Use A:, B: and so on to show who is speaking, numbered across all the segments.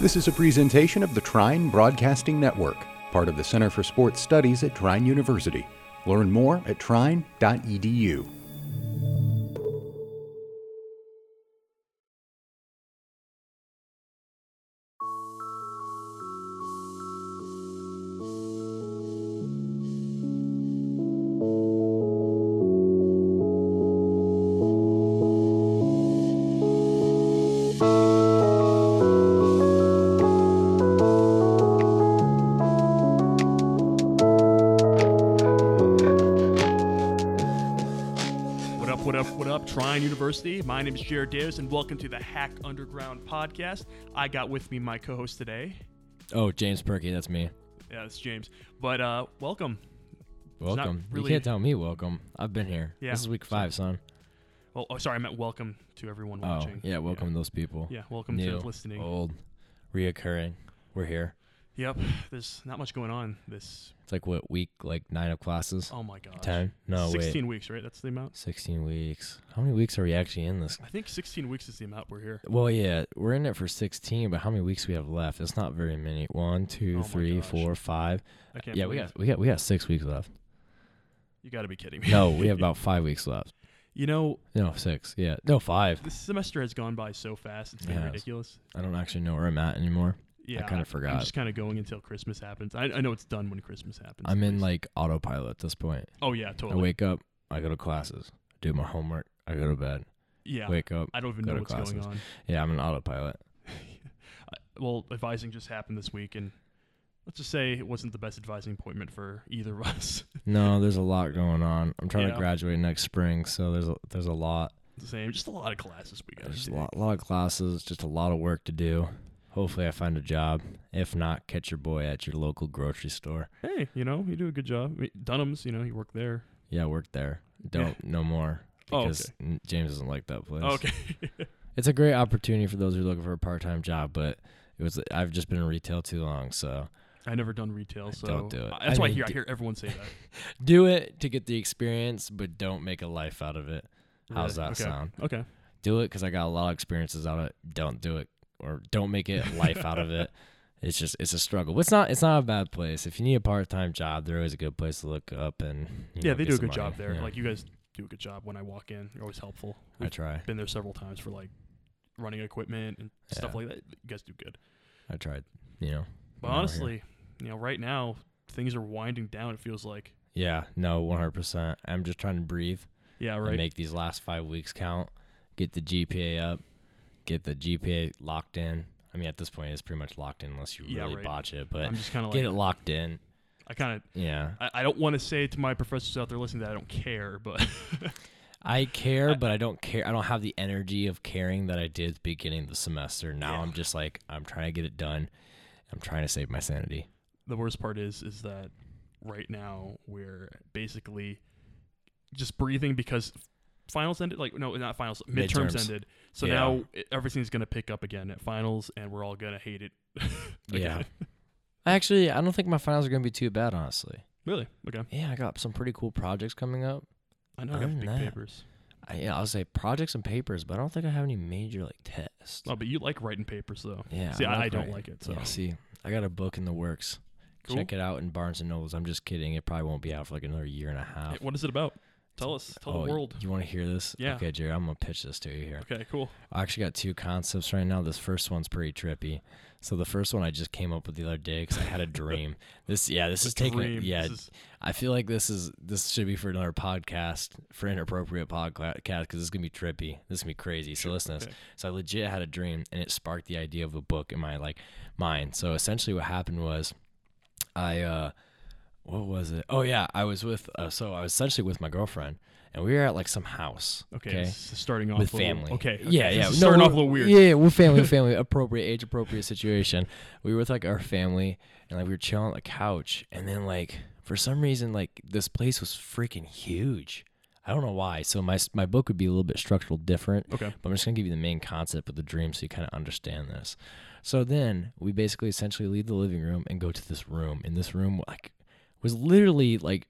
A: This is a presentation of the Trine Broadcasting Network, part of the Center for Sports Studies at Trine University. Learn more at E trine.edu.
B: What up, what up, what up, Trine University? My name is Jared Davis, and welcome to the Hack Underground podcast. I got with me my co host today.
C: Oh, James Perky, that's me.
B: Yeah, it's James. But uh, welcome. not
C: Welcome.
B: really-
C: You can't tell me welcome. I've been here.
B: Yeah.
C: This is week five, son.
B: Well, oh, sorry, I meant welcome to everyone
C: Oh,
B: watching.
C: yeah. Welcome those people.
B: Yeah, welcome
C: New,
B: to listening.
C: old, reoccurring. We're here.
B: Yep, there's not much going on this.
C: It's like what week? Like nine of classes.
B: Oh my gosh.
C: Ten? No, wait.
B: 16 weeks, right? That's the amount?
C: Sixteen weeks. How many weeks are we actually in this?
B: I think 16 weeks is the amount we're here.
C: Well, yeah, we're in it for sixteen, but how many weeks we have left? It's not very many. One,
B: Oh
C: two,
B: my
C: three,
B: gosh.
C: four, five.
B: I can't
C: Yeah, we
B: believe
C: got we got we got six weeks left.
B: You got to be kidding me.
C: No, we have about five weeks left.
B: You know,
C: No, six. Yeah, no, five.
B: this semester has gone by so fast. It's
C: It
B: been
C: has.
B: ridiculous.
C: I don't actually know where I'm at anymore.
B: Yeah.
C: kinda
B: I'm
C: forgot.
B: just kind of going until Christmas happens. I, I know it's done when Christmas happens.
C: I'm
B: at
C: in
B: least.
C: like autopilot at this point.
B: Oh yeah,
C: I
B: totally.
C: wake up, I go to classes, do my homework, I go to bed,
B: yeah,
C: wake up.
B: I don't even
C: go
B: know
C: to
B: what's going
C: classes.
B: on.
C: Yeah, I'm an autopilot.
B: I- Well, advising just happened this week, and let's just say it wasn't the best advising appointment for either of us.
C: No, there's a lot going on. I'm trying
B: Yeah.
C: to graduate next spring, so there's a, there's a lot.
B: the same, just a lot of classes we got. to
C: There's a
B: take.
C: lot, lot of classes, just a lot of work to do. Hopefully, I find a job. If not, catch your boy at your local grocery store.
B: Hey, you know, you do a good job. I mean, Dunham's, you know, you work there.
C: Yeah, work there. Don't no more
B: Oh, okay. Oh,
C: because n- James doesn't like that place.
B: Okay.
C: it's a great opportunity for those who are looking for a part-time job, but it was I've just been in retail too long, so
B: I never done retail, so
C: don't do it.
B: I- that's
C: I
B: why I
C: mean,
B: hear I
C: d-
B: hear everyone say that.
C: Do it to get the experience, but don't make a life out of it. How's
B: Really?
C: that
B: okay.
C: sound?
B: Okay.
C: Do it because I got a lot of experiences out of it. Don't do it or don't make it a life out of it. It's just it's a struggle. But It's not it's not a bad place. If you need a part time job, they're always a good place to look up and you
B: yeah,
C: know,
B: they
C: get
B: do a
C: some
B: good job
C: money.
B: there.
C: Yeah,
B: Like you guys do a good job when I walk in. You're always helpful.
C: I
B: We've
C: try.
B: been there several times for like running equipment and stuff
C: Yeah.
B: like that. You guys do good.
C: I tried. You know.
B: But
C: when I were here.
B: honestly, you know, right now things are winding down. It feels like.
C: Yeah, no, one hundred percent. I'm just trying to breathe.
B: Yeah.
C: and
B: Right.
C: make these last five weeks count. Get the GPA up. Get the GPA locked in. I mean, at this point, it's pretty much locked in unless you
B: Yeah,
C: really
B: right.
C: botch it. But
B: I'm just kind of
C: get
B: like.
C: it locked in.
B: I kind of.
C: Yeah,
B: I, I don't want to say to my professors out there listening that I don't care, but
C: I care, but I don't care. I don't have the energy of caring that I did at the beginning of the semester. Now
B: Yeah.
C: I'm just like, I'm trying to get it done. I'm trying to save my sanity.
B: the worst part is, is that right now we're basically just breathing because finals ended. Like no, not finals. Midterms,
C: Midterms.
B: ended. So
C: Yeah.
B: now i- everything's gonna pick up again at finals, and we're all gonna hate it.
C: Yeah.
B: again.
C: Actually, I don't think my finals are going to be too bad, honestly.
B: Really? Okay.
C: Yeah, I got some pretty cool projects coming up.
B: I know I got
C: I'm
B: big
C: not.
B: papers.
C: I, yeah, I'll say projects and papers, but I don't think I have any major like tests.
B: Oh, but you like writing papers though.
C: Yeah.
B: See, I, I don't
C: writing.
B: like it. So
C: Yeah, see, I got a book in the works.
B: Cool.
C: Check it out in Barnes and Nobles. I'm just kidding. It probably won't be out for like another year and a half.
B: Hey, What is it about? Tell us. Tell
C: Oh,
B: the world.
C: You want to hear this?
B: Yeah.
C: Okay, Jerry, I'm gonna pitch this to you here.
B: Okay, cool.
C: I actually got two concepts right now. This first one's pretty trippy. So the first one I just came up with the other day because I had a dream. this, yeah, this is taking.
B: Dream.
C: Yeah,
B: This is-
C: I feel like this is this should be for another podcast for inappropriate podcast because it's gonna be trippy. This is gonna be crazy. So listen, to this.
B: okay.
C: so I legit had a dream and it sparked the idea of a book in my like mind. So essentially, what happened was, I uh, what was it? Oh yeah, I was with uh, so I was essentially with my girlfriend and we were at like some house.
B: okay, this is starting off
C: With
B: a little-
C: family,
B: okay, okay,
C: yeah,
B: this
C: yeah.
B: is starting off a
C: we're-
B: little weird.
C: Yeah, yeah, we're family, we're family, appropriate age, appropriate situation. We were with like our family, and like we were chilling on the couch, and then like for some reason, like this place was freaking huge. I don't know why. So my s- my book would be a little bit structural different.
B: Okay.
C: But I'm just gonna give you the main concept of the dream, so you kind of understand this. So then we basically essentially leave the living room and go to this room, and this room like was literally like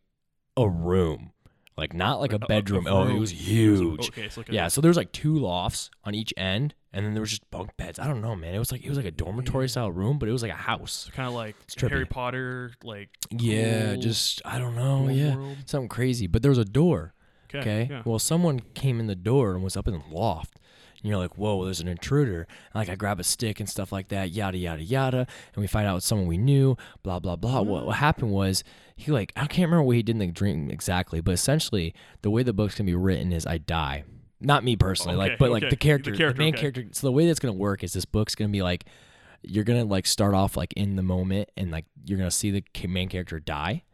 C: a room. Like not like a
B: a- a
C: bedroom. oh, it
B: room.
C: was
B: It was a-
C: huge.
B: okay, so like a-
C: yeah, so there was like two lofts on each end, and then there was just bunk beds. I don't know, man. It was like it was like a dormitory style room, but it was like a house.
B: kind of like
C: It's trippy.
B: Harry Potter, like
C: Yeah,
B: cool-
C: just I don't know.
B: cool
C: Yeah,
B: world.
C: something crazy. But there was a door.
B: okay,
C: Okay.
B: yeah.
C: Well, someone came in the door and was up in the loft. And you're like, whoa, there's an intruder. And like, I grab a stick and stuff like that, yada, yada, yada. And we find out it's someone we knew, blah, blah, blah. What,
B: Mm.
C: what happened was he, like, I can't remember what he did in the dream exactly, but essentially, the way the book's going to be written is I die. Not me personally, like,
B: Okay,
C: but like
B: okay.
C: the character,
B: The
C: the,
B: character,
C: main
B: okay.
C: character. So the way that's going to work is this book's going to be like, you're going to like start off like in the moment and like you're going to see the ca- main character die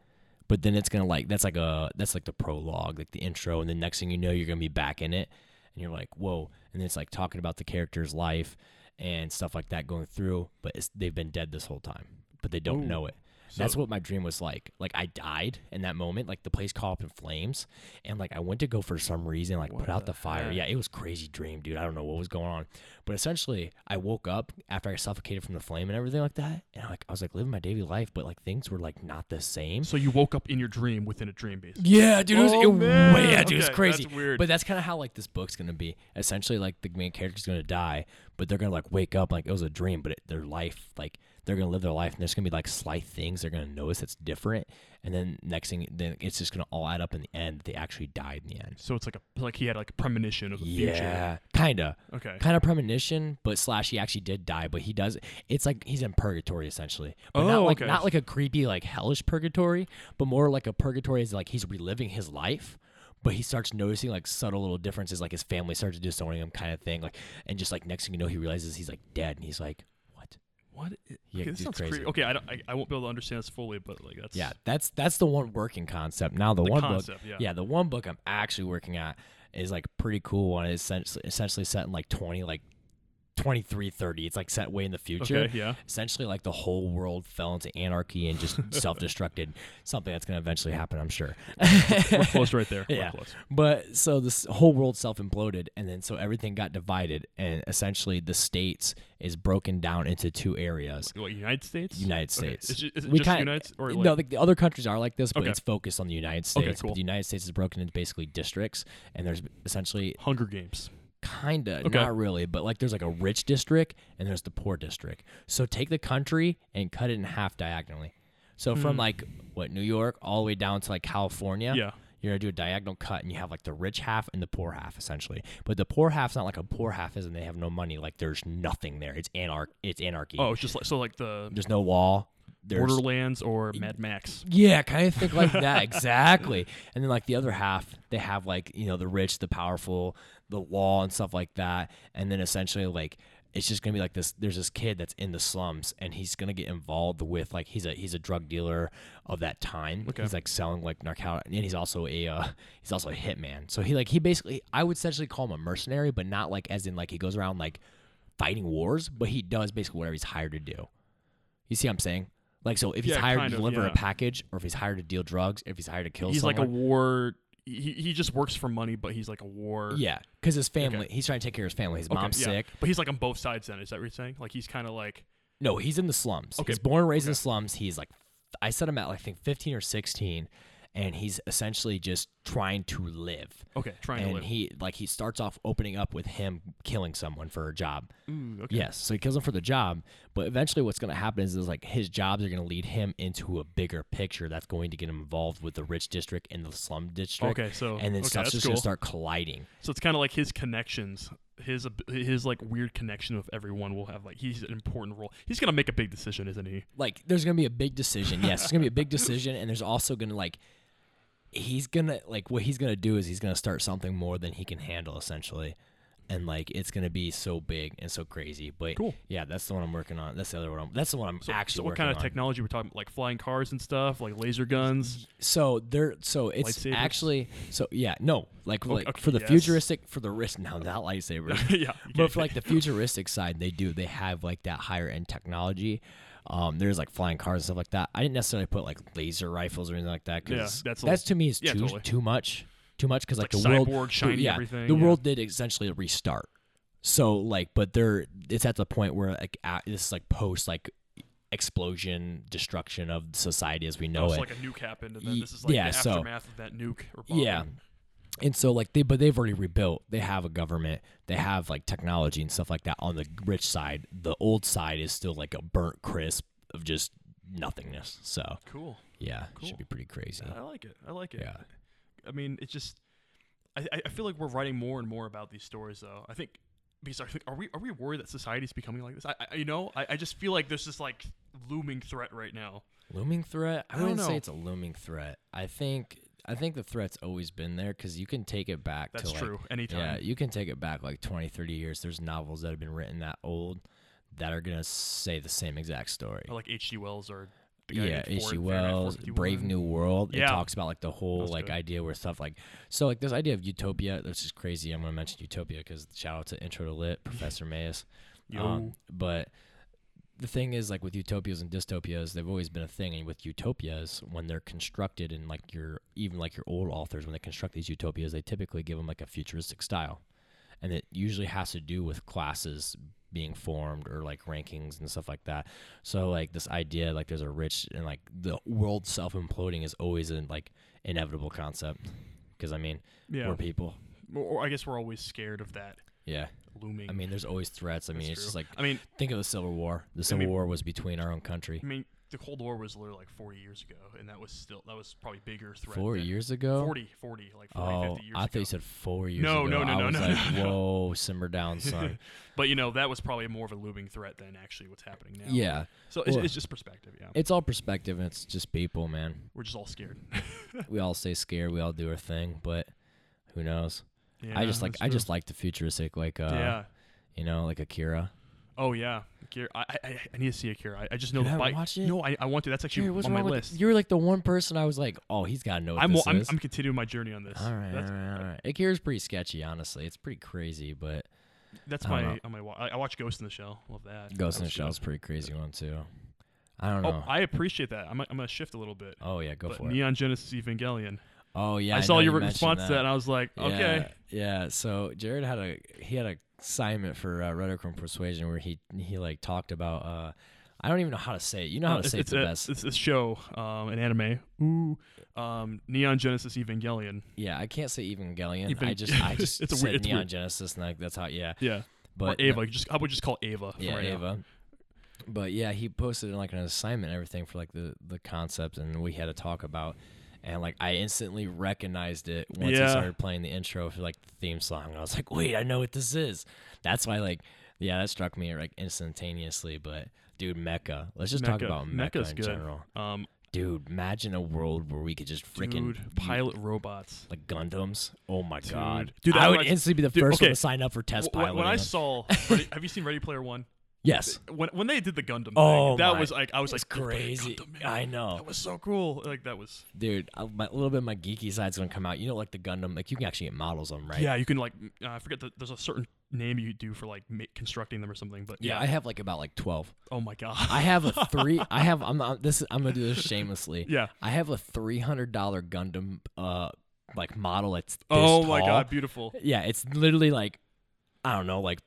C: but then it's gonna like that's like a that's like the prologue like the intro and then next thing you know you're gonna be back in it and you're like whoa and it's like talking about the character's life and stuff like that going through but it's, they've been dead this whole time but they don't
B: Ooh.
C: know it that's what my dream was like like i died in that moment like the place caught up in flames and like i went to go for some reason like
B: What
C: put out
B: the
C: the fire
B: heck?
C: yeah it was crazy dream dude i don't know what was going on but essentially i woke up after i suffocated from the flame and everything like that and like i was like living my daily life but like things were like not the same
B: So you woke up in your dream within a dream, basically.
C: yeah, dude. It was,
B: Oh,
C: it-
B: man.
C: yeah, dude. it's
B: Okay,
C: crazy.
B: that's weird.
C: But that's kind of how like this book's gonna be. Essentially, like the main character's gonna die, but they're gonna like wake up like it was a dream, but it, their life like they're gonna live their life, and there's gonna be like slight things they're gonna notice that's different, and then next thing, then it's just gonna all add up in the end. that They actually died in the end.
B: So it's like a like he had like a premonition of the future.
C: Yeah, kinda,
B: Okay.
C: kind of premonition, but slash he actually did die, but he does. It's like he's in purgatory essentially, but not
B: Oh,
C: like
B: okay.
C: not like a creepy like hellish purgatory, but more like a purgatory is like he's reliving his life, but he starts noticing like subtle little differences, like his family starts disowning him, kind of thing, like and just like next thing you know he realizes he's like dead, and he's like, what?
B: What? i-
C: Yeah,
B: okay, this
C: dude,
B: sounds
C: crazy.
B: crazy. Okay, I, don't, I I won't be able to understand this fully, but like that's
C: Yeah, that's that's the one working concept. Now the,
B: The
C: one
B: concept,
C: book,
B: yeah.
C: the one book I'm actually working at is like pretty cool one. It's essentially, essentially set in like 20, like 23, 30. It's like set way in the future.
B: Okay, yeah.
C: Essentially, like the whole world fell into anarchy and just self-destructed. Something that's gonna eventually happen, I'm sure.
B: We're close right there. We're
C: Yeah.
B: close.
C: But so this whole world self imploded, and then so everything got divided, and essentially the states is broken down into two areas.
B: What, United States?
C: United
B: Okay.
C: States.
B: Is, ju- is it
C: We
B: just
C: kinda-
B: United S- or like,
C: no, the, the other countries are like this, but
B: Okay.
C: it's focused on the United
B: Okay,
C: States.
B: cool.
C: But the United States is broken into basically districts, and there's essentially
B: Hunger Games?
C: kinda
B: Okay.
C: not really, but like there's like a rich district and there's the poor district. So take the country and cut it in half diagonally. So from like what New York all the way down to like California.
B: Hmm. Yeah.
C: You're gonna do a diagonal cut, and you have like the rich half and the poor half, essentially. But the poor half's not like a poor half is, and they have no money. Like there's nothing there. It's anarch. It's anarchy.
B: Oh, it's just like so like the
C: There's no wall. There's
B: Borderlands or Mad Max.
C: yeah, kind of think like that exactly. And then like the other half, they have like you know the rich, the powerful, the law and stuff like that. And then essentially like it's just gonna be like this. There's this kid that's in the slums, and he's gonna get involved with like he's a he's a drug dealer of that time.
B: Okay.
C: He's like selling like narcotics, and he's also a uh, he's also a hitman. So he like he basically I would essentially call him a mercenary, but not like as in like he goes around like fighting wars, but he does basically whatever he's hired to do. You see what I'm saying? Like, so if he's
B: Yeah,
C: hired
B: kind
C: to
B: of,
C: deliver
B: yeah.
C: a package, or if he's hired to deal drugs, if he's hired to kill
B: He's like
C: someone,
B: a war. He, he just works for money, but he's like a war.
C: yeah, because his family, he's trying to take care of his family. His
B: Okay,
C: mom's
B: yeah.
C: sick.
B: But he's like on both sides. Then is that what you're saying? Like he's kind of like
C: No, he's in the slums.
B: Okay,
C: He's born and raised in
B: okay.
C: the slums. He's like, I said him at like, I think 15 or 16, and he's essentially just trying to live.
B: okay, trying
C: and
B: to live.
C: he like he starts off opening up with him killing someone for a job.
B: Ooh, okay.
C: Yes, so he kills him for the job, but eventually what's going to happen is, is like his jobs are going to lead him into a bigger picture that's going to get him involved with the rich district and the slum district.
B: Okay, so-
C: and then
B: okay,
C: stuff's
B: that's
C: just
B: cool.
C: going to start colliding.
B: So it's kind of like his connections, his ab- his like weird connection with everyone will have like he's an important role. He's gonna make a big decision, isn't he?
C: Like there's going to be a big decision. Yes, there's going to be a big decision and there's also going to like he's going to like what he's going to do is he's going to start something more than he can handle essentially. And like it's gonna be so big and so crazy, but
B: Cool.
C: yeah, that's the one I'm working on. That's the other one. I'm, that's the one I'm
B: So,
C: actually
B: so what
C: working
B: kind of
C: on.
B: technology we're talking? Like flying cars and stuff, like laser guns.
C: So there, so it's
B: Lightsabers? Oh,
C: actually so yeah, no, like like
B: okay,
C: for the
B: yes.
C: futuristic for the wrist now not lightsabers,
B: yeah.
C: but for like the futuristic side, they do they have like that higher end technology. Um, there's like flying cars and stuff like that. I didn't necessarily put like laser rifles or anything like that
B: Yeah,
C: because
B: that's
C: that's,
B: a-
C: to me is
B: yeah,
C: too
B: totally.
C: too much, too much because like,
B: Like
C: the world
B: cyborg,
C: the-
B: shiny
C: yeah,
B: everything,
C: the
B: yeah.
C: world did essentially restart. So like, but they're it's at the point where like a- this is like post like explosion, destruction of society as we know
B: It's
C: it.
B: like a nuke happened, and then
C: Ye-
B: this is like
C: yeah,
B: the
C: so-
B: aftermath of that nuke. Or bombing.
C: Yeah. Um, And so like they but they've already rebuilt. They have a government. They have like technology and stuff like that on the rich side. The old side is still like a burnt crisp of just nothingness. So
B: Cool.
C: yeah, it
B: Cool. Uh,
C: should be pretty crazy.
B: I like it. I like it.
C: Yeah.
B: I mean, it's just. I, I- I feel like we're writing more and more about these stories, though. I think because I think are we are we worried that society's becoming like this? I, I you know I, I just feel like there's this like looming threat right now.
C: Looming threat? I,
B: I don't
C: wouldn't
B: know.
C: say it's a looming threat. I think I think the threat's always been there because you can take it back
B: That's
C: to like
B: true.
C: Yeah,
B: Anytime.
C: you can take it back like 20, 30 years. There's novels that have been written that old that are gonna say the same exact story.
B: Or like H.G. Wells or the guy who
C: yeah,
B: did
C: H.G.
B: Ford, Fahrenheit
C: Wells,
B: 451.
C: Brave New World. It
B: Yeah.
C: talks about like the whole
B: That's
C: like
B: good.
C: idea where stuff like so like this idea of utopia. This is crazy. I'm gonna mention utopia because shout out to Intro to Lit, Professor Mayus.
B: Yo.
C: Um, but the thing is like with utopias and dystopias, they've always been a thing. And with utopias, when they're constructed and like your even like your old authors, when they construct these utopias, they typically give them like a futuristic style, and it usually has to do with classes being formed or like rankings and stuff like that. So like this idea like there's a rich and like the world self imploding is always an like inevitable concept because I mean
B: yeah.
C: we're people.
B: Or, or I guess we're always scared of that
C: Yeah.
B: looming.
C: I mean there's always threats. I mean
B: That's
C: it's
B: true.
C: just like
B: I mean,
C: think of the Civil War. The Civil
B: mean-
C: War was between our own country.
B: I mean, the Cold War was literally like 40 years ago, and that was still that was probably bigger threat.
C: Four
B: than-
C: years ago?
B: 40, 40, like 40,
C: oh,
B: 50 years
C: I thought
B: ago.
C: you said four years
B: No, no,
C: ago.
B: no,
C: I
B: no,
C: was
B: no,
C: like,
B: no, no.
C: whoa, simmer down, son.
B: But you know, that was probably more of a looming threat than actually what's happening now.
C: yeah.
B: So it's,
C: Well-
B: it's just perspective. Yeah.
C: It's all perspective and it's just people, man.
B: We're just all scared.
C: We all stay scared, we all do our thing, but who knows?
B: yeah,
C: I just like
B: that's
C: I
B: true.
C: just like the futuristic like uh
B: yeah.
C: you know, like Akira.
B: Oh yeah. Akira. I, I- I I need to see Akira. I, I just know
C: You
B: the
C: haven't
B: bike.
C: watched it?
B: No, I, I want to. That's actually
C: Dude, what's
B: on my
C: wrong with-
B: list.
C: You were like the one person I was like, Oh, he's gotta know what
B: I'm,
C: this
B: I'm
C: is.
B: I'm continuing my journey on this.
C: all right, all
B: That's,
C: right, all right. Akira's pretty sketchy, honestly. It's pretty crazy, but
B: that's
C: I don't
B: my
C: know.
B: on my. wa- I, I watched Ghost in the Shell. Love that.
C: Ghost
B: That
C: in the
B: was
C: Shell's
B: good.
C: pretty crazy one too. I don't
B: Oh,
C: know.
B: I appreciate that. I'm, I'm gonna shift a little bit.
C: oh yeah, go
B: but
C: for it.
B: Neon Genesis Evangelion.
C: Oh yeah,
B: I, saw
C: know
B: your
C: you mentioned
B: response to that, and I was like, okay.
C: Yeah, yeah. So Jared had a he had a assignment for uh, Rhetoricum Persuasion where he he like talked about uh I don't even know how to say it. You know
B: Uh,
C: how to
B: it's,
C: say
B: it's
C: it the
B: a,
C: best.
B: it's a show, um, an anime. Ooh, um, Neon Genesis Evangelion.
C: Yeah, I can't say Evangelion. I
B: Even-
C: just I just
B: It's a
C: said
B: weird- it's
C: Neon
B: weird.
C: Genesis and like that's how yeah.
B: Yeah,
C: But
B: or Ava. Just I would just call Ava. for
C: Yeah,
B: right now.
C: Ava. But yeah, he posted like an assignment and everything for like the the concept, and we had to talk about. And like I instantly recognized it once he
B: Yeah.
C: started playing the intro for like the theme song. And I was like, wait, I know what this is. That's why like yeah, that struck me like instantaneously. But dude, Mecca. Let's just talk
B: Mecha.
C: about Mecca
B: Mecha's
C: in
B: good.
C: general.
B: Um,
C: Dude, imagine a world where we could just freaking
B: dude, pilot robots.
C: like Gundams. Oh my god.
B: Dude, that
C: I would
B: reminds-
C: instantly be the
B: dude,
C: first one
B: okay.
C: to sign up for test
B: Wh- wh-
C: pilot.
B: when, I saw, Ready- have you seen Ready Player One?
C: yes.
B: When when they did the Gundam,
C: Oh
B: thing, that
C: my-
B: was like I was
C: It's
B: like "You're playing
C: crazy.
B: Gundam, man."
C: I know.
B: That was so cool. Like that was.
C: Dude, I, my, a little bit of my geeky side's gonna come out. You know, like the Gundam, like you can actually get models on, 'em, right?
B: Yeah, you can like m- uh, I forget that there's a certain name you do for like ma- constructing them or something, but
C: Yeah,
B: yeah.
C: I have like about like twelve.
B: oh my god.
C: I have a three. I have. I'm. i this. I'm gonna do this shamelessly.
B: Yeah.
C: I have a three hundred dollar Gundam, uh, like model. It's this
B: oh my
C: tall.
B: god, beautiful.
C: Yeah, it's literally like, I don't know, like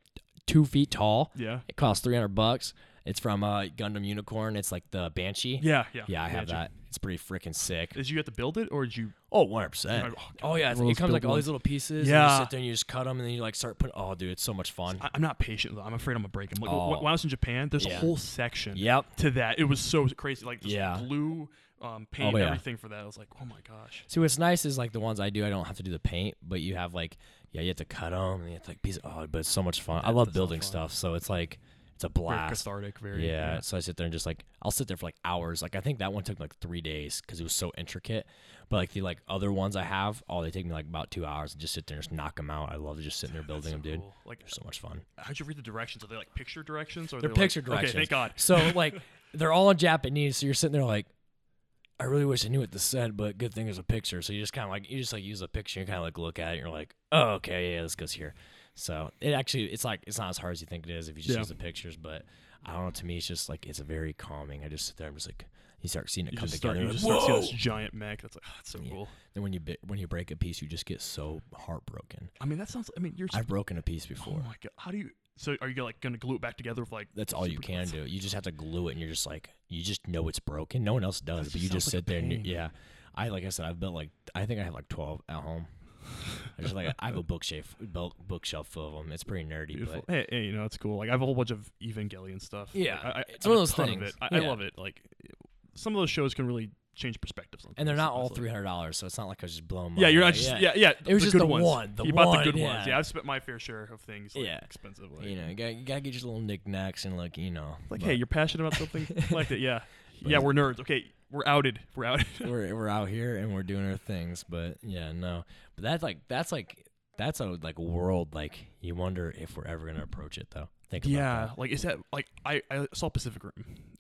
C: two feet tall.
B: Yeah.
C: It costs three hundred bucks. It's from uh Gundam Unicorn. It's like the Banshee.
B: Yeah, yeah.
C: Yeah, I have
B: Imagine.
C: that. It's pretty freaking sick.
B: Did you have to build it or did you?
C: Oh, 100 percent.
B: Right, oh,
C: Oh yeah, it's-
B: One of
C: it
B: those
C: comes like
B: big
C: all
B: ones.
C: these little pieces. And
B: Yeah.
C: you sit there and you just cut them, and then you like start putting. Oh, dude, it's so much fun.
B: I, I'm not patient though. I'm afraid I'm gonna break them. Like,
C: Oh.
B: wh- When I was in Japan, there's
C: Yeah.
B: a whole section
C: Yep.
B: to that. It was so crazy. Like just
C: Yeah.
B: blue um, paint,
C: Oh, yeah.
B: everything for that. I was like, oh my gosh.
C: See, what's nice is like the ones I do, I don't have to do the paint, but you have like, yeah, you have to cut them, and you have to like piece. Oh, but it's so much fun. I
B: That
C: love
B: does sound
C: building
B: fun.
C: stuff, so it's like it's a
B: Very
C: blast.
B: cathartic. Very.
C: Yeah, so I sit there and just like I'll sit there for like hours. Like I think that one took like three days because it was so intricate. But like the like other ones I have, oh, they take me like about two hours and just sit there and just knock them out. I love just sitting there building
B: so
C: them, dude.
B: cool. Like,
C: They're so much fun.
B: how'd you read the directions? Are they like picture directions or
C: They're
B: they
C: picture
B: like,
C: directions.
B: Okay, thank God.
C: So like they're all in Japanese, so you're sitting there like I really wish I knew what this said, but good thing it's a picture. So you just kind of like you just like use a picture and kind of like look at it. And you're like, oh okay, yeah, this goes here. So it actually it's like it's not as hard as you think it is if you just
B: Yeah.
C: use the pictures. But I don't know. To me, it's just like it's very calming. I just sit there. I'm just like you start seeing it
B: You
C: come
B: just
C: together.
B: start. You
C: you're
B: just
C: like,
B: start seeing
C: "Whoa!"
B: this giant mech. That's like oh, that's so cool.
C: Then when you bit, when you break a piece, you just get so heartbroken.
B: I mean, that sounds. I mean, you're. s-
C: I've broken a piece
B: Oh
C: before.
B: my god. How do you? So are you like gonna glue it back together with like?
C: That's all you
B: super-
C: can do. You just have to glue it, and you're just like, you just know it's broken. No one else does,
B: That
C: but you
B: just
C: just
B: sounds
C: sit
B: like a
C: there and you,
B: pain.
C: yeah. I like I said, I've built like I think I have like twelve at home. I just like I have a bookshelf bel- bookshelf full of them. It's pretty nerdy,
B: Beautiful.
C: but
B: Hey, hey, you know it's cool. Like I have a whole bunch of Evangelion stuff. Like,
C: Yeah,
B: I, I,
C: it's
B: I have
C: one
B: a
C: of those
B: ton
C: things.
B: it. I, I
C: Yeah.
B: love it. Like some of those shows can really change perspectives. on
C: and they're
B: things.
C: not all
B: It's like-
C: three hundred dollars, so it's not like I was just blowing.
B: Yeah,
C: money
B: you're
C: away.
B: not just yeah yeah.
C: It was just
B: good
C: the
B: ones.
C: one, the
B: you bought
C: one,
B: the good
C: yeah.
B: ones. Yeah, I've spent my fair share of things. Like,
C: Yeah.
B: expensive. Like,
C: You know, you gotta, you gotta get your little knickknacks and like you know,
B: like
C: but
B: hey, you're passionate about something. Collect it. Yeah,
C: But-
B: yeah. We're nerds. Okay, we're outed. We're outed.
C: we're we're out here and we're doing our things, but yeah, no, but that's like that's like that's a like world like you wonder if we're ever gonna approach it though. Think about
B: yeah,
C: that. Oh,
B: like is that like I, I saw Pacific Rim,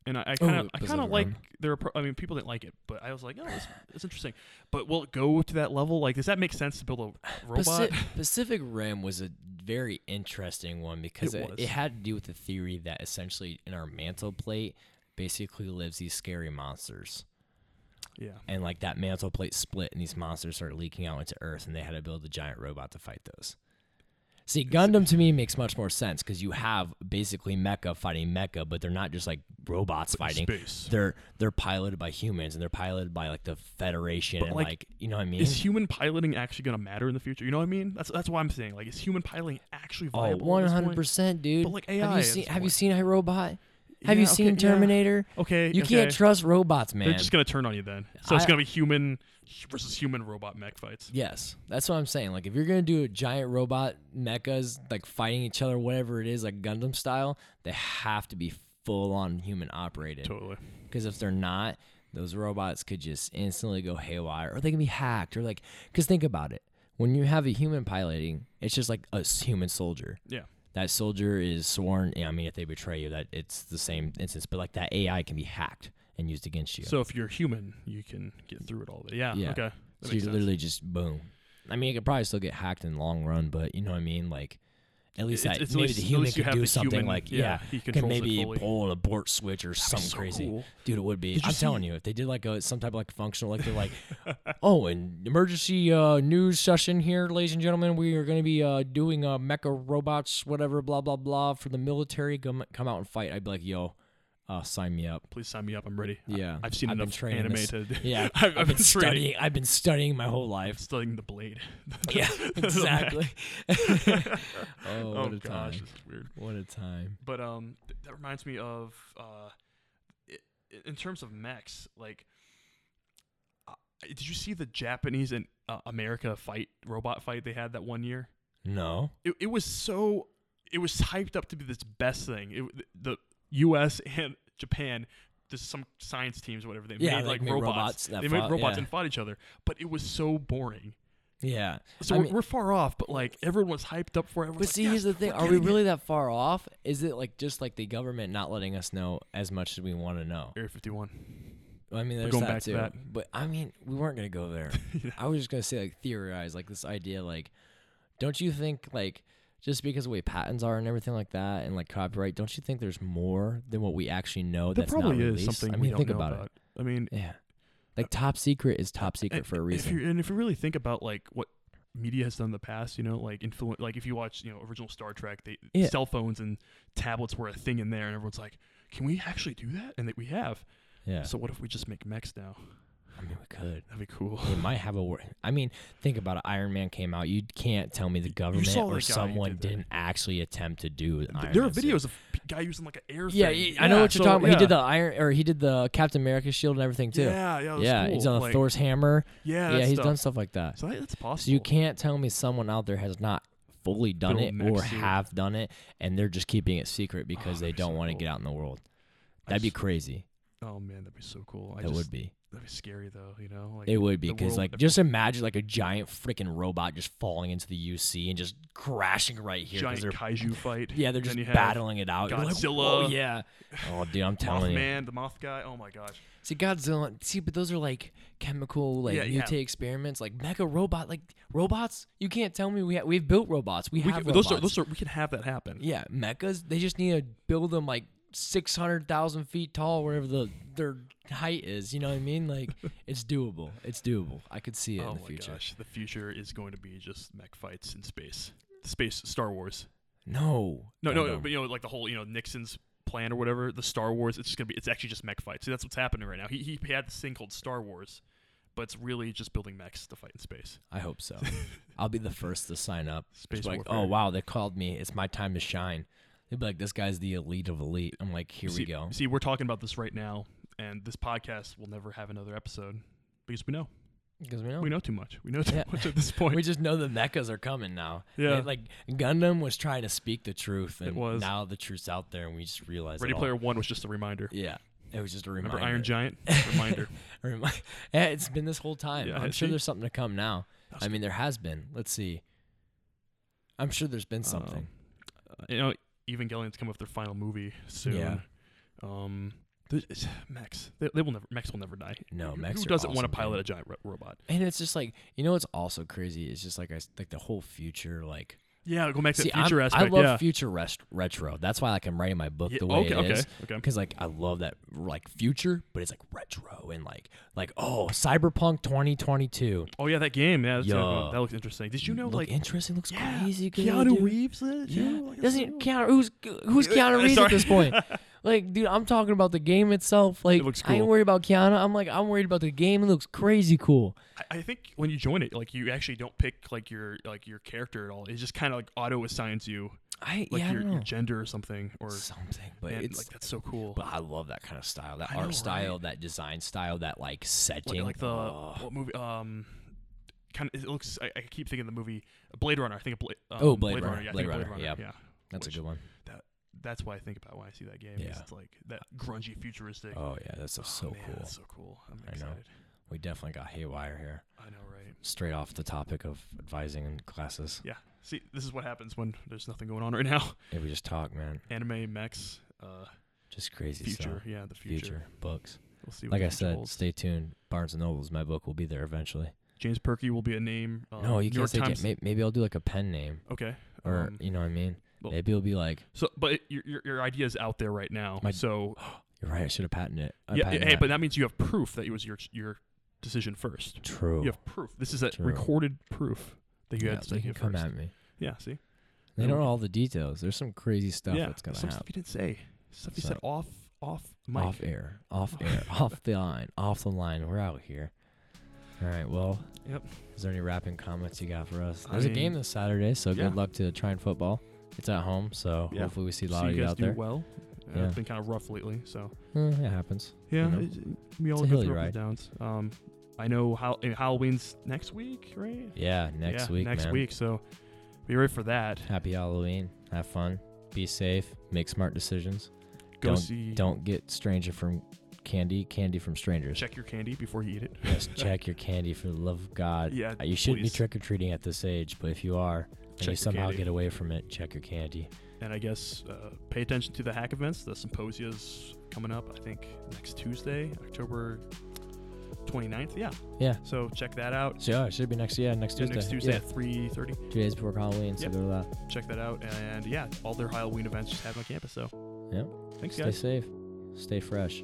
B: and I kind of I kind
C: Pacific
B: of like
C: Rim.
B: their. appro- I mean, people didn't like it, but I was like, oh, it's, it's interesting. But will it go to that level? Like, does that make sense to build a robot?
C: Paci- Pacific Rim was a very interesting one because
B: It
C: it,
B: was.
C: it had to do with the theory that essentially in our mantle plate basically lives these scary monsters.
B: yeah,
C: And like that mantle plate split and these monsters started leaking out into Earth and they had to build a giant robot to fight those. See, Gundam to me makes much more sense because you have basically mecha fighting mecha, but they're not just like robots fighting.
B: space.
C: They're they're piloted by humans and they're piloted by like the Federation and like,
B: like,
C: you know what I mean?
B: Is human piloting actually gonna matter in the future? You know what I mean? That's that's why I'm saying like, is human piloting actually
C: Oh,
B: viable?
C: one
B: at this point?
C: hundred percent, dude.
B: But, like,
C: have
B: AI
C: you
B: at
C: seen
B: this
C: Have you
B: point.
C: seen iRobot? Have
B: Yeah,
C: you
B: okay,
C: seen
B: yeah.
C: Terminator?
B: Okay,
C: You can't
B: okay.
C: trust robots, man.
B: They're just gonna turn on you then. So it's
C: I-
B: gonna be human versus human robot mech fights.
C: yes, that's what I'm saying. Like, if you're gonna do a giant robot mechas like fighting each other, whatever it is, like Gundam style, they have to be full on human operated.
B: Totally.
C: Because if they're not, those robots could just instantly go haywire, or they can be hacked, or like, because think about it. When you have a human piloting, it's just like a s- human soldier.
B: Yeah.
C: that soldier is sworn. I mean, if they betray you, that it's the same instance. But like that AI can be hacked and used against you.
B: So if you're human, you can get through it all. But yeah.
C: Yeah.
B: Okay. That
C: So you
B: makes sense.
C: literally just boom. I mean, it could probably still get hacked in the long run, but you know what I mean. Like, at least
B: It's-
C: that
B: it's at
C: maybe
B: least-
C: the
B: at
C: human
B: least you
C: could
B: have
C: do
B: the
C: something
B: human-
C: like
B: yeah,
C: yeah,
B: he
C: could
B: controls it
C: maybe
B: fully.
C: pull an abort switch or something
B: so
C: crazy.
B: cool.
C: Dude, it would be.
B: Did you
C: I'm telling you, if they did like a some type of like functional, like they're like, oh, an emergency uh, news session here, ladies and gentlemen, we are going to be uh, doing uh, mecha robots, whatever, blah blah blah, for the military. Come come out and fight. I'd be like, yo, uh, sign me up.
B: Please sign me up. I'm ready. I-
C: Yeah,
B: I've seen
C: I've been
B: enough
C: training
B: anime
C: this-
B: to.
C: Yeah,
B: I've, I've been, training.
C: studying. I've been studying my whole life.
B: Studying the blade.
C: Yeah,
B: back.
C: exactly. oh,
B: oh
C: what a
B: gosh,
C: time!
B: this is weird.
C: What a time!
B: But um, th- that reminds me of uh, i- in terms of mechs, like, uh, did you see the Japanese and uh, America fight robot fight they had that one year?
C: No,
B: It, it was so it was hyped up to be this best thing. It, the U.S. and Japan. This some science teams, or whatever they
C: Yeah,
B: made,
C: they
B: like
C: made robots
B: robots.
C: that
B: they made
C: fought,
B: robots
C: yeah.
B: and fought each other, but it was so boring.
C: yeah.
B: So
C: I
B: we're,
C: mean-
B: we're far off, but like everyone was hyped up for it. Everyone's
C: But
B: like,
C: see,
B: "Yes,
C: here's the thing:
B: we're
C: Are we
B: getting it."
C: really that far off? Is it like just like the government not letting us know as much as we want to know?
B: Area 51?
C: I mean, there's
B: going
C: that
B: back to
C: too.
B: that.
C: But I mean, we weren't gonna go there. I was just gonna say like theorize like this idea like, don't you think like just because of the way patents are and everything like that and like copyright, don't you think there's more than what we actually know
B: There
C: that's
B: probably
C: not
B: is
C: released?
B: something
C: I
B: we
C: mean,
B: don't
C: think
B: know
C: about, it.
B: I mean,
C: Yeah. Like top secret is top secret
B: and-
C: for a
B: if
C: reason.
B: you and if you really think about like what media has done in the past, you know, like influ- like if you watch, you know, original Star Trek, they
C: Yeah.
B: cell phones and tablets were a thing in there and everyone's like, "Can we actually do that?" And that we have.
C: Yeah.
B: So what if we just make mechs now?
C: I mean, we could.
B: That'd be cool.
C: It might have a word. I mean, think about it. Iron Man came out. You can't tell me the government
B: saw the guy
C: or
B: who
C: someone
B: did that.
C: didn't actually attempt to do. Iron
B: there are
C: Man suit.
B: videos of p- guy using like an air
C: Yeah,
B: thing.
C: y- I know what you're
B: so,
C: talking about. He did the
B: yeah.
C: Iron or he did the Captain America shield and everything too.
B: Yeah, yeah, that was
C: Yeah,
B: cool.
C: he's done the
B: like,
C: Thor's hammer.
B: Yeah,
C: yeah,
B: that
C: he's
B: stuff.
C: done stuff like that.
B: So that, that's possible.
C: So you can't tell me someone out there has not fully done
B: Build
C: it or
B: mech suit.
C: have done it, and they're just keeping it secret because they
B: that'd be
C: don't
B: so
C: want to
B: cool.
C: get out in the world.
B: I
C: That'd be
B: just-
C: crazy.
B: Oh man, that'd be so cool. I
C: that
B: just,
C: would be.
B: That'd be scary though, you know. Like
C: It would be
B: the
C: because,
B: world-
C: like, just imagine like a giant freaking robot just falling into the UC and just crashing right here. 'cause
B: giant
C: they're,
B: kaiju fight.
C: yeah, they're
B: Then
C: just
B: you have
C: battling it out. You're like,
B: Godzilla.
C: "Whoa, yeah. Oh, dude, I'm telling you.
B: Mothman, the moth guy. Oh my gosh.
C: See Godzilla. See, but those are like chemical, like
B: Yeah, yeah.
C: mutate experiments, like mecha robot, like robots. You can't tell me we ha- we've built robots. We,
B: We
C: have
B: can,
C: robots.
B: those are those are we can have that happen.
C: yeah, mechas. They just need to build them like six hundred thousand feet tall, wherever the their height is. You know what I mean? Like it's doable. It's doable. I could see it
B: oh
C: in the
B: my
C: future.
B: gosh, the future is going to be just mech fights in space. Space Star Wars.
C: No.
B: No, no, no,
C: Gundam.
B: but you know, like the whole you know Nixon's plan or whatever, the Star Wars. It's just gonna be. It's actually just mech fights. See, that's what's happening right now. He he had this thing called Star Wars, but it's really just building mechs to fight in space.
C: I hope so. I'll be the first to sign up. Just
B: Space
C: be like,
B: warfare.
C: oh wow, they called me. It's my time to shine. They'd be like, this guy's the elite of elite. I'm like, here
B: see,
C: we go.
B: See, we're talking about this right now, and this podcast will never have another episode because we know
C: Because we know.
B: we know too much. We know too
C: Yeah.
B: much at this point.
C: We just know the mechas are coming now.
B: Yeah.
C: They- like Gundam was trying to speak the truth, and
B: was.
C: now the truth's out there, and we just realized. it
B: Ready
C: all.
B: Player One was just a reminder.
C: Yeah, it was just a reminder.
B: Remember Iron Giant? Reminder.
C: A remi- yeah, it's been this whole time.
B: Yeah,
C: I'm sure
B: see?
C: there's something to come now.
B: That was
C: I mean, there has been. Let's see. I'm sure there's been
B: Um,
C: something.
B: Uh, you know, Evangelion's coming up with their final movie soon.
C: Yeah.
B: Um, th- it's- Max, they, they will never. Max will never die.
C: No,
B: Who-
C: mechs
B: Who
C: are
B: doesn't want
C: awesome,
B: to pilot
C: dude.
B: a giant ro- robot?
C: and it's just like you know what's also crazy. It's just like I s- like the whole future like.
B: Yeah, go back to
C: See,
B: the future
C: I'm-
B: aspect.
C: I love
B: yeah.
C: future rest- retro. That's why like I'm writing my book
B: Yeah,
C: the way
B: okay,
C: it
B: okay,
C: is.
B: okay.
C: Because like I love that like future, but it's like retro and like like oh cyberpunk 2022.
B: oh yeah, that game. Yeah, that's,
C: Yo.
B: that looks interesting. Did you know
C: Look
B: like
C: interesting. Looks
B: yeah,
C: crazy. good,
B: Keanu
C: dude.
B: Reeves? in it,
C: Yeah.
B: too? Like, it's
C: Doesn't
B: so-
C: even count. Who's who's Keanu Reeves
B: Sorry.
C: at this point? Like, dude, I'm talking about the game itself. Like,
B: looks
C: I ain't
B: cool.
C: worried about Keanu. I'm like, I'm worried about the game. It looks crazy cool.
B: I- I think when you join it, like you actually don't pick like your like your character at all. It just kind of like auto assigns you
C: I
B: like
C: yeah, I
B: your,
C: don't
B: your
C: know.
B: gender or something or
C: something, but
B: man,
C: it's
B: like that's so cool.
C: but I love that kind of style, that
B: I
C: art
B: know,
C: style, that design style, that like
B: like,
C: setting.
B: like the
C: oh,
B: what movie um kind of it looks I, I keep thinking of the movie Blade Runner I think of Bla- um,
C: Oh, Blade Runner,
B: yeah, I
C: Blade
B: think of
C: Runner,
B: Blade Runner yeah
C: that's a
B: which-
C: good one.
B: that's why I think about when I see that game
C: Yeah.
B: it's like that grungy futuristic
C: Oh yeah, that's
B: Oh,
C: so
B: man,
C: cool.
B: that's so cool I'm
C: I know.
B: excited
C: We definitely got haywire here.
B: I know. right
C: Straight off the topic of advising and classes.
B: yeah see this is what happens when there's nothing going on right now
C: If we just talk, man,
B: anime mechs uh
C: just crazy
B: future
C: stuff.
B: yeah the
C: Future,
B: future,
C: books.
B: we'll see what
C: Like
B: the
C: I
B: future
C: said,
B: holds.
C: stay tuned. Barnes and Nobles, my book will be there eventually.
B: James Perky will be a name um,
C: no, you
B: New York
C: can't say.
B: Times
C: Times. Maybe, I'll do like a pen name,
B: okay
C: or
B: um,
C: you know what I mean.
B: well-
C: maybe it'll be like,
B: so but it, your, your your idea is out there right now
C: My-
B: so
C: you're right. I should have patented it. I
B: yeah,
C: patented
B: hey,
C: that.
B: but that means you have proof that it was your your decision first.
C: true.
B: You have proof. This is a
C: True.
B: recorded proof that you
C: Yeah,
B: had to
C: they
B: take
C: can
B: it
C: come
B: first.
C: at me.
B: Yeah, see,
C: They
B: Then
C: don't
B: we
C: know all the details. There's some crazy stuff
B: yeah,
C: that's gonna
B: some
C: happen
B: stuff you didn't say, stuff you
C: So-
B: said off off mic.
C: off air, off air, off the line, off the line. We're out here. All right. Well,
B: Yep.
C: is there any wrapping comments you got for us?
B: I
C: There's a
B: mean,
C: game this Saturday, so
B: yeah.
C: good luck to trying football. It's at home, so
B: Yeah.
C: hopefully we see a lot
B: So
C: of
B: you
C: you
B: guys
C: out
B: do
C: there.
B: well. Uh,
C: Yeah.
B: It's been kind of rough lately, so
C: Mm, it happens.
B: yeah,
C: know,
B: it- we all
C: a
B: go
C: hilly
B: through ups
C: ride.
B: and downs. Um, I know how eh, Halloween's next week, right?
C: Yeah. Next
B: yeah,
C: week.
B: Next
C: man.
B: week, so be ready for that.
C: Happy Halloween. Have fun. Be safe. Make smart decisions.
B: Go
C: Don't-
B: see.
C: Don't get stranger from candy. Candy from strangers.
B: check your candy before you eat it.
C: Yes, check your candy for the love of God.
B: Yeah,
C: Uh, you shouldn't
B: please.
C: be trick or treating at this age, but if you are, and
B: Check
C: you
B: your
C: somehow
B: candy.
C: get away from it, check your candy.
B: and I guess uh, pay attention to the hack events. The symposia's coming up, I think, next Tuesday, October 29th. Yeah.
C: Yeah.
B: So check that out.
C: So yeah, it should be next yeah next
B: Yeah,
C: Tuesday.
B: next Tuesday
C: Yeah,
B: at 3:30.
C: two days before Halloween. So
B: Yep.
C: go to that.
B: Check that out. And yeah, all their Halloween events just happen on campus. So
C: Yeah.
B: thanks,
C: Stay
B: guys.
C: safe. Stay fresh.